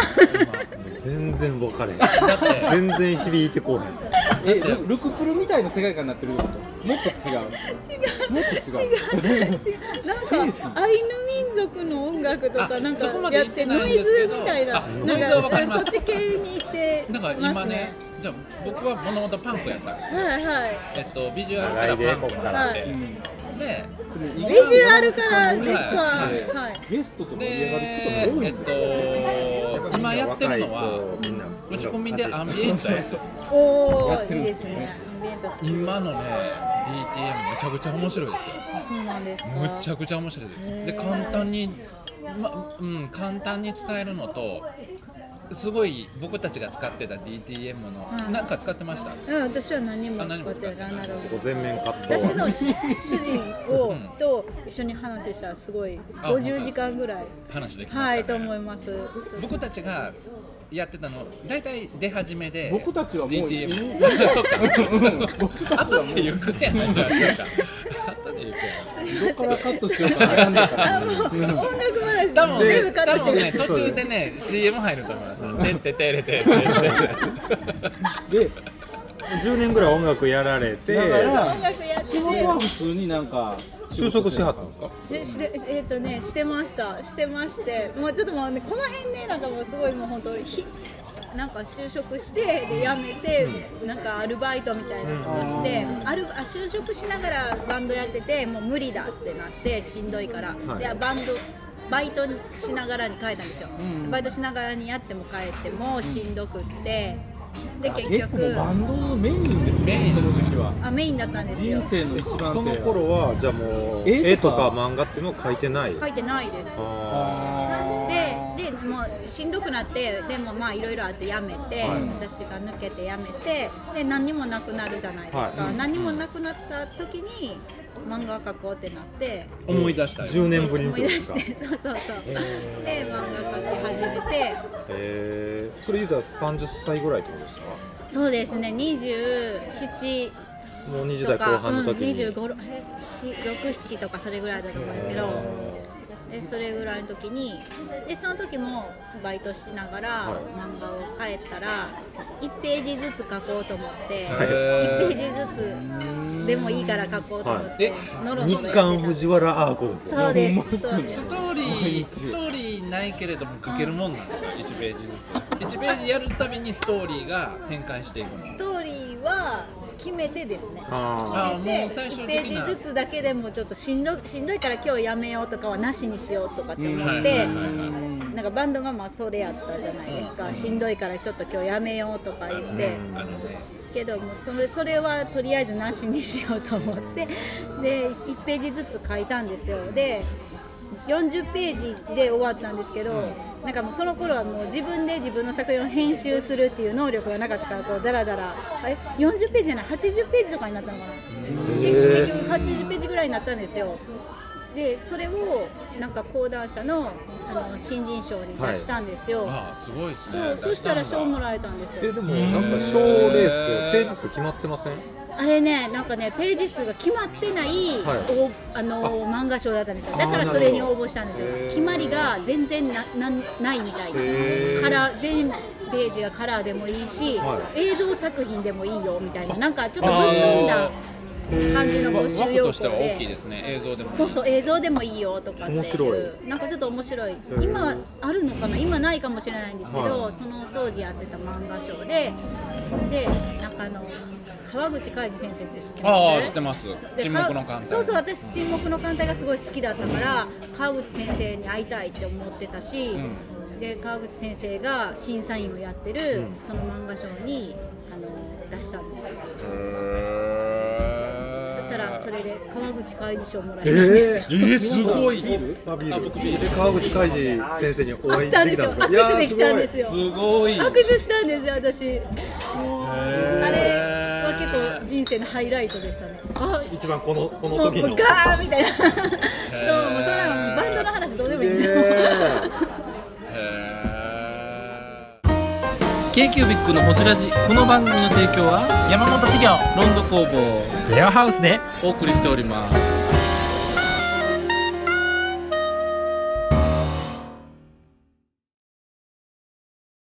Speaker 3: 全然分かれへん
Speaker 4: だって
Speaker 3: 全然響いてこうへん
Speaker 1: えルルクプルみたいな世界観になってるってこともっと違うもっと違う
Speaker 5: 違う違うなんかアイヌ民族の音楽とかなん
Speaker 4: そこま
Speaker 5: か
Speaker 4: で
Speaker 5: やっ
Speaker 4: 行って
Speaker 5: て
Speaker 4: な
Speaker 5: ノ
Speaker 4: い
Speaker 5: イ
Speaker 4: んですけ
Speaker 5: ズ
Speaker 4: ど
Speaker 5: みたいな
Speaker 4: あ
Speaker 5: な
Speaker 4: ノイ
Speaker 5: ん
Speaker 4: ズはわかります
Speaker 5: そっち系に行って
Speaker 4: だから
Speaker 5: ま
Speaker 4: 今
Speaker 5: す
Speaker 4: ね
Speaker 5: ね
Speaker 4: じゃあ僕はもともとパンクやったんですよ
Speaker 5: はいはい
Speaker 4: えっとビジュアルからパンク
Speaker 5: らはい
Speaker 4: でで
Speaker 5: ビジュアルからですかはい
Speaker 1: ゲストと盛り上がることが多い
Speaker 4: えっ
Speaker 1: んですよ
Speaker 4: と今やってるのは打ち込みでアンビエントやってる
Speaker 5: お
Speaker 4: やっ
Speaker 5: お
Speaker 4: て
Speaker 5: い
Speaker 4: る
Speaker 5: い
Speaker 4: ん
Speaker 5: で
Speaker 4: ですす
Speaker 5: ね
Speaker 4: ね
Speaker 5: アンビエント好き
Speaker 4: 今のね DTM めちゃくちゃ面白いですよ
Speaker 5: あそうなんですか
Speaker 4: むちゃくちゃ面白いですで
Speaker 5: へー
Speaker 4: 簡単に、まうん、簡単に使えるのとすごい僕たちが使ってた DTM の、
Speaker 5: はい
Speaker 4: なんか使ってました
Speaker 5: うん、私は何も使ってないアナログ
Speaker 3: 全面カット
Speaker 5: 私の主主人をと一緒に話したらすごい
Speaker 4: あ本当です
Speaker 5: 50時間ぐらい
Speaker 4: 話できました、ね
Speaker 5: はいと思います
Speaker 4: 僕たちがやってたの大体出始めで
Speaker 1: 僕たちはもういい
Speaker 4: DTM
Speaker 1: そうか僕たちは
Speaker 4: 後
Speaker 1: もう
Speaker 4: でゆっくりやったじゃないですか後でゆっく
Speaker 1: どこからカットしようか悩んだから
Speaker 5: あもう音楽話
Speaker 4: 多分
Speaker 5: <laughs> 全部カッ
Speaker 4: 多
Speaker 5: トして
Speaker 4: 分
Speaker 5: る、
Speaker 4: ね途中でね CM 入ると思います「てっててれて」
Speaker 1: <laughs>
Speaker 4: で
Speaker 3: 10年ぐらい音楽やられて
Speaker 1: だから
Speaker 5: 音楽やってて
Speaker 1: 仕事は普通になんか
Speaker 3: 就職しはったんですか
Speaker 5: ししてえっとねしてましたしてましてもうちょっともうねこの辺ねなんかもうすごいもう本当ひなんか就職してで辞めて、なんかアルバイトみたいなことをして、あるあ就職しながらバンドやっててもう無理だってなってしんどいから、
Speaker 2: はい
Speaker 5: でバンドバイトしながらに帰ったんですよ、
Speaker 2: うん
Speaker 5: バイトしながらにやっても帰ってもしんどくって、で
Speaker 1: あ
Speaker 5: 結局
Speaker 1: 結構バンドのメインですねその時期は
Speaker 5: あメインだったんですよ
Speaker 1: 人生の一番
Speaker 3: その
Speaker 1: 手
Speaker 3: 頃はじゃあもう絵
Speaker 1: 絵と
Speaker 3: とか
Speaker 1: か
Speaker 3: 漫画っていうのを描いてない
Speaker 5: 書いてないです
Speaker 3: あ
Speaker 5: ででもうしんどくなってでもまあいろいろあってやめて、
Speaker 3: はい
Speaker 5: 私が抜けてやめてで何にもなくなるじゃないですか、
Speaker 3: はい
Speaker 5: 何にもなくなった時に漫画描こうってなって
Speaker 4: 思い出したよ
Speaker 3: 10年ぶりにっ
Speaker 5: 思
Speaker 3: て
Speaker 5: い
Speaker 3: こ
Speaker 5: 出
Speaker 3: とで
Speaker 5: し
Speaker 3: すか
Speaker 5: てそうそうそうで漫画描き始めて
Speaker 3: えー、それ言うたら30歳ぐらいってことですか
Speaker 5: そうですね27
Speaker 3: もう20代
Speaker 5: と
Speaker 3: 後
Speaker 5: か、
Speaker 3: 半
Speaker 5: うん、
Speaker 3: の時に、
Speaker 5: 25え67とかそれぐらいだと思うんですけど。でそれぐらいの時にでその時もバイトしながら
Speaker 2: はい
Speaker 5: 漫画を描いたら1ページずつ書こうと思って、
Speaker 3: はい
Speaker 5: 1ページずつでもいいから書こうと思っ
Speaker 3: は
Speaker 5: て、
Speaker 3: い
Speaker 5: のろ
Speaker 3: 日
Speaker 5: のろやってた
Speaker 3: 刊藤原アーコですよね
Speaker 5: そうですそうです
Speaker 4: ストーリーストーリーないけれども書けるもんなんですよ1ページずつ1ページやるたびにストーリーが展開していくの
Speaker 5: ストーリーは決めてですね
Speaker 4: あー
Speaker 5: 決め
Speaker 4: もう
Speaker 5: て
Speaker 4: 最初
Speaker 5: 1
Speaker 4: 的
Speaker 5: ペ
Speaker 4: な
Speaker 5: ージずつだけでもちょっとしんどしんどいから今日やめようとかはなしにしようとかって思って。なんかバンドがまあそれやったじゃないですか、しんどいからちょっと今日やめようとか言って、
Speaker 4: あのね
Speaker 5: けどもうそれそれはとりあえずなしにしようと思ってで1ページずつ書いたんですよで40ページで終わったんですけど、なんかもうその頃はもう自分で自分の作品を編集するっていう能力がなかったからこうだらだらえ40ページじゃない80ページとかになったのかな、で結局80ページぐらいになったんですよでそれをなんか講談社のあの新人賞に出したんですよ、
Speaker 4: ああすごいです
Speaker 5: そ
Speaker 4: ね
Speaker 5: うそしたら賞もらえたんですよ
Speaker 3: えでもなんか賞レースってページ数決まってません
Speaker 5: あれね、なんかね、ページ数が決まってない、
Speaker 3: は
Speaker 5: おあの漫画賞だったんですよ。
Speaker 3: あー
Speaker 5: だからそれに応募したんです
Speaker 3: なるほ
Speaker 5: よ。
Speaker 3: ど
Speaker 5: 決まりが全然ななんないみたい
Speaker 3: へー
Speaker 5: な。カラー全ページがカラーでもいいし、
Speaker 3: は
Speaker 5: 映像作品でもいいよみたいな、なんかちょっとぶっ飛んだ感じの募集
Speaker 4: 枠
Speaker 5: 要
Speaker 4: と
Speaker 5: 項
Speaker 4: しては大きい
Speaker 5: で。
Speaker 4: ですね映像でも
Speaker 5: そうそう映像でもいいよとかって
Speaker 4: 面白い
Speaker 5: なんかちょっと面白い
Speaker 4: ー
Speaker 5: 今あるのかな今ないかもしれないんですけど、
Speaker 4: はい
Speaker 5: その当時やってた漫画賞ででなんかあの川口海二先生って知ってます
Speaker 4: ああ知ってます
Speaker 5: で
Speaker 4: 沈黙の艦隊
Speaker 5: そうそう私沈黙の艦隊がすごい好きだったから川口先生に会いたいって思ってたし、
Speaker 4: うん
Speaker 5: で川口先生が審査員をやって
Speaker 13: う
Speaker 5: る、
Speaker 13: ん
Speaker 5: その漫画賞にあの出したんですよそしたらそれで川口海事賞もらえたん <laughs> ですよ、
Speaker 3: あビールで川口海二先生にお会い
Speaker 5: あったん
Speaker 3: で
Speaker 5: で
Speaker 3: き
Speaker 5: す
Speaker 3: た
Speaker 5: よ
Speaker 3: んですかいや
Speaker 5: 握手できたんですよ
Speaker 3: す
Speaker 13: ごい
Speaker 5: 握手したんですよ私もうあれは結構人生のハイライトでしたねあ
Speaker 3: 一番このこの
Speaker 5: もう
Speaker 3: 時
Speaker 5: ガ
Speaker 3: の
Speaker 5: ーみたいなそうもうそれはバンドの話どうでもいいんですよ
Speaker 14: へ k q b i c のホジラジこの番組の提供は山本資源ロンド工房レアハウスでお送りしております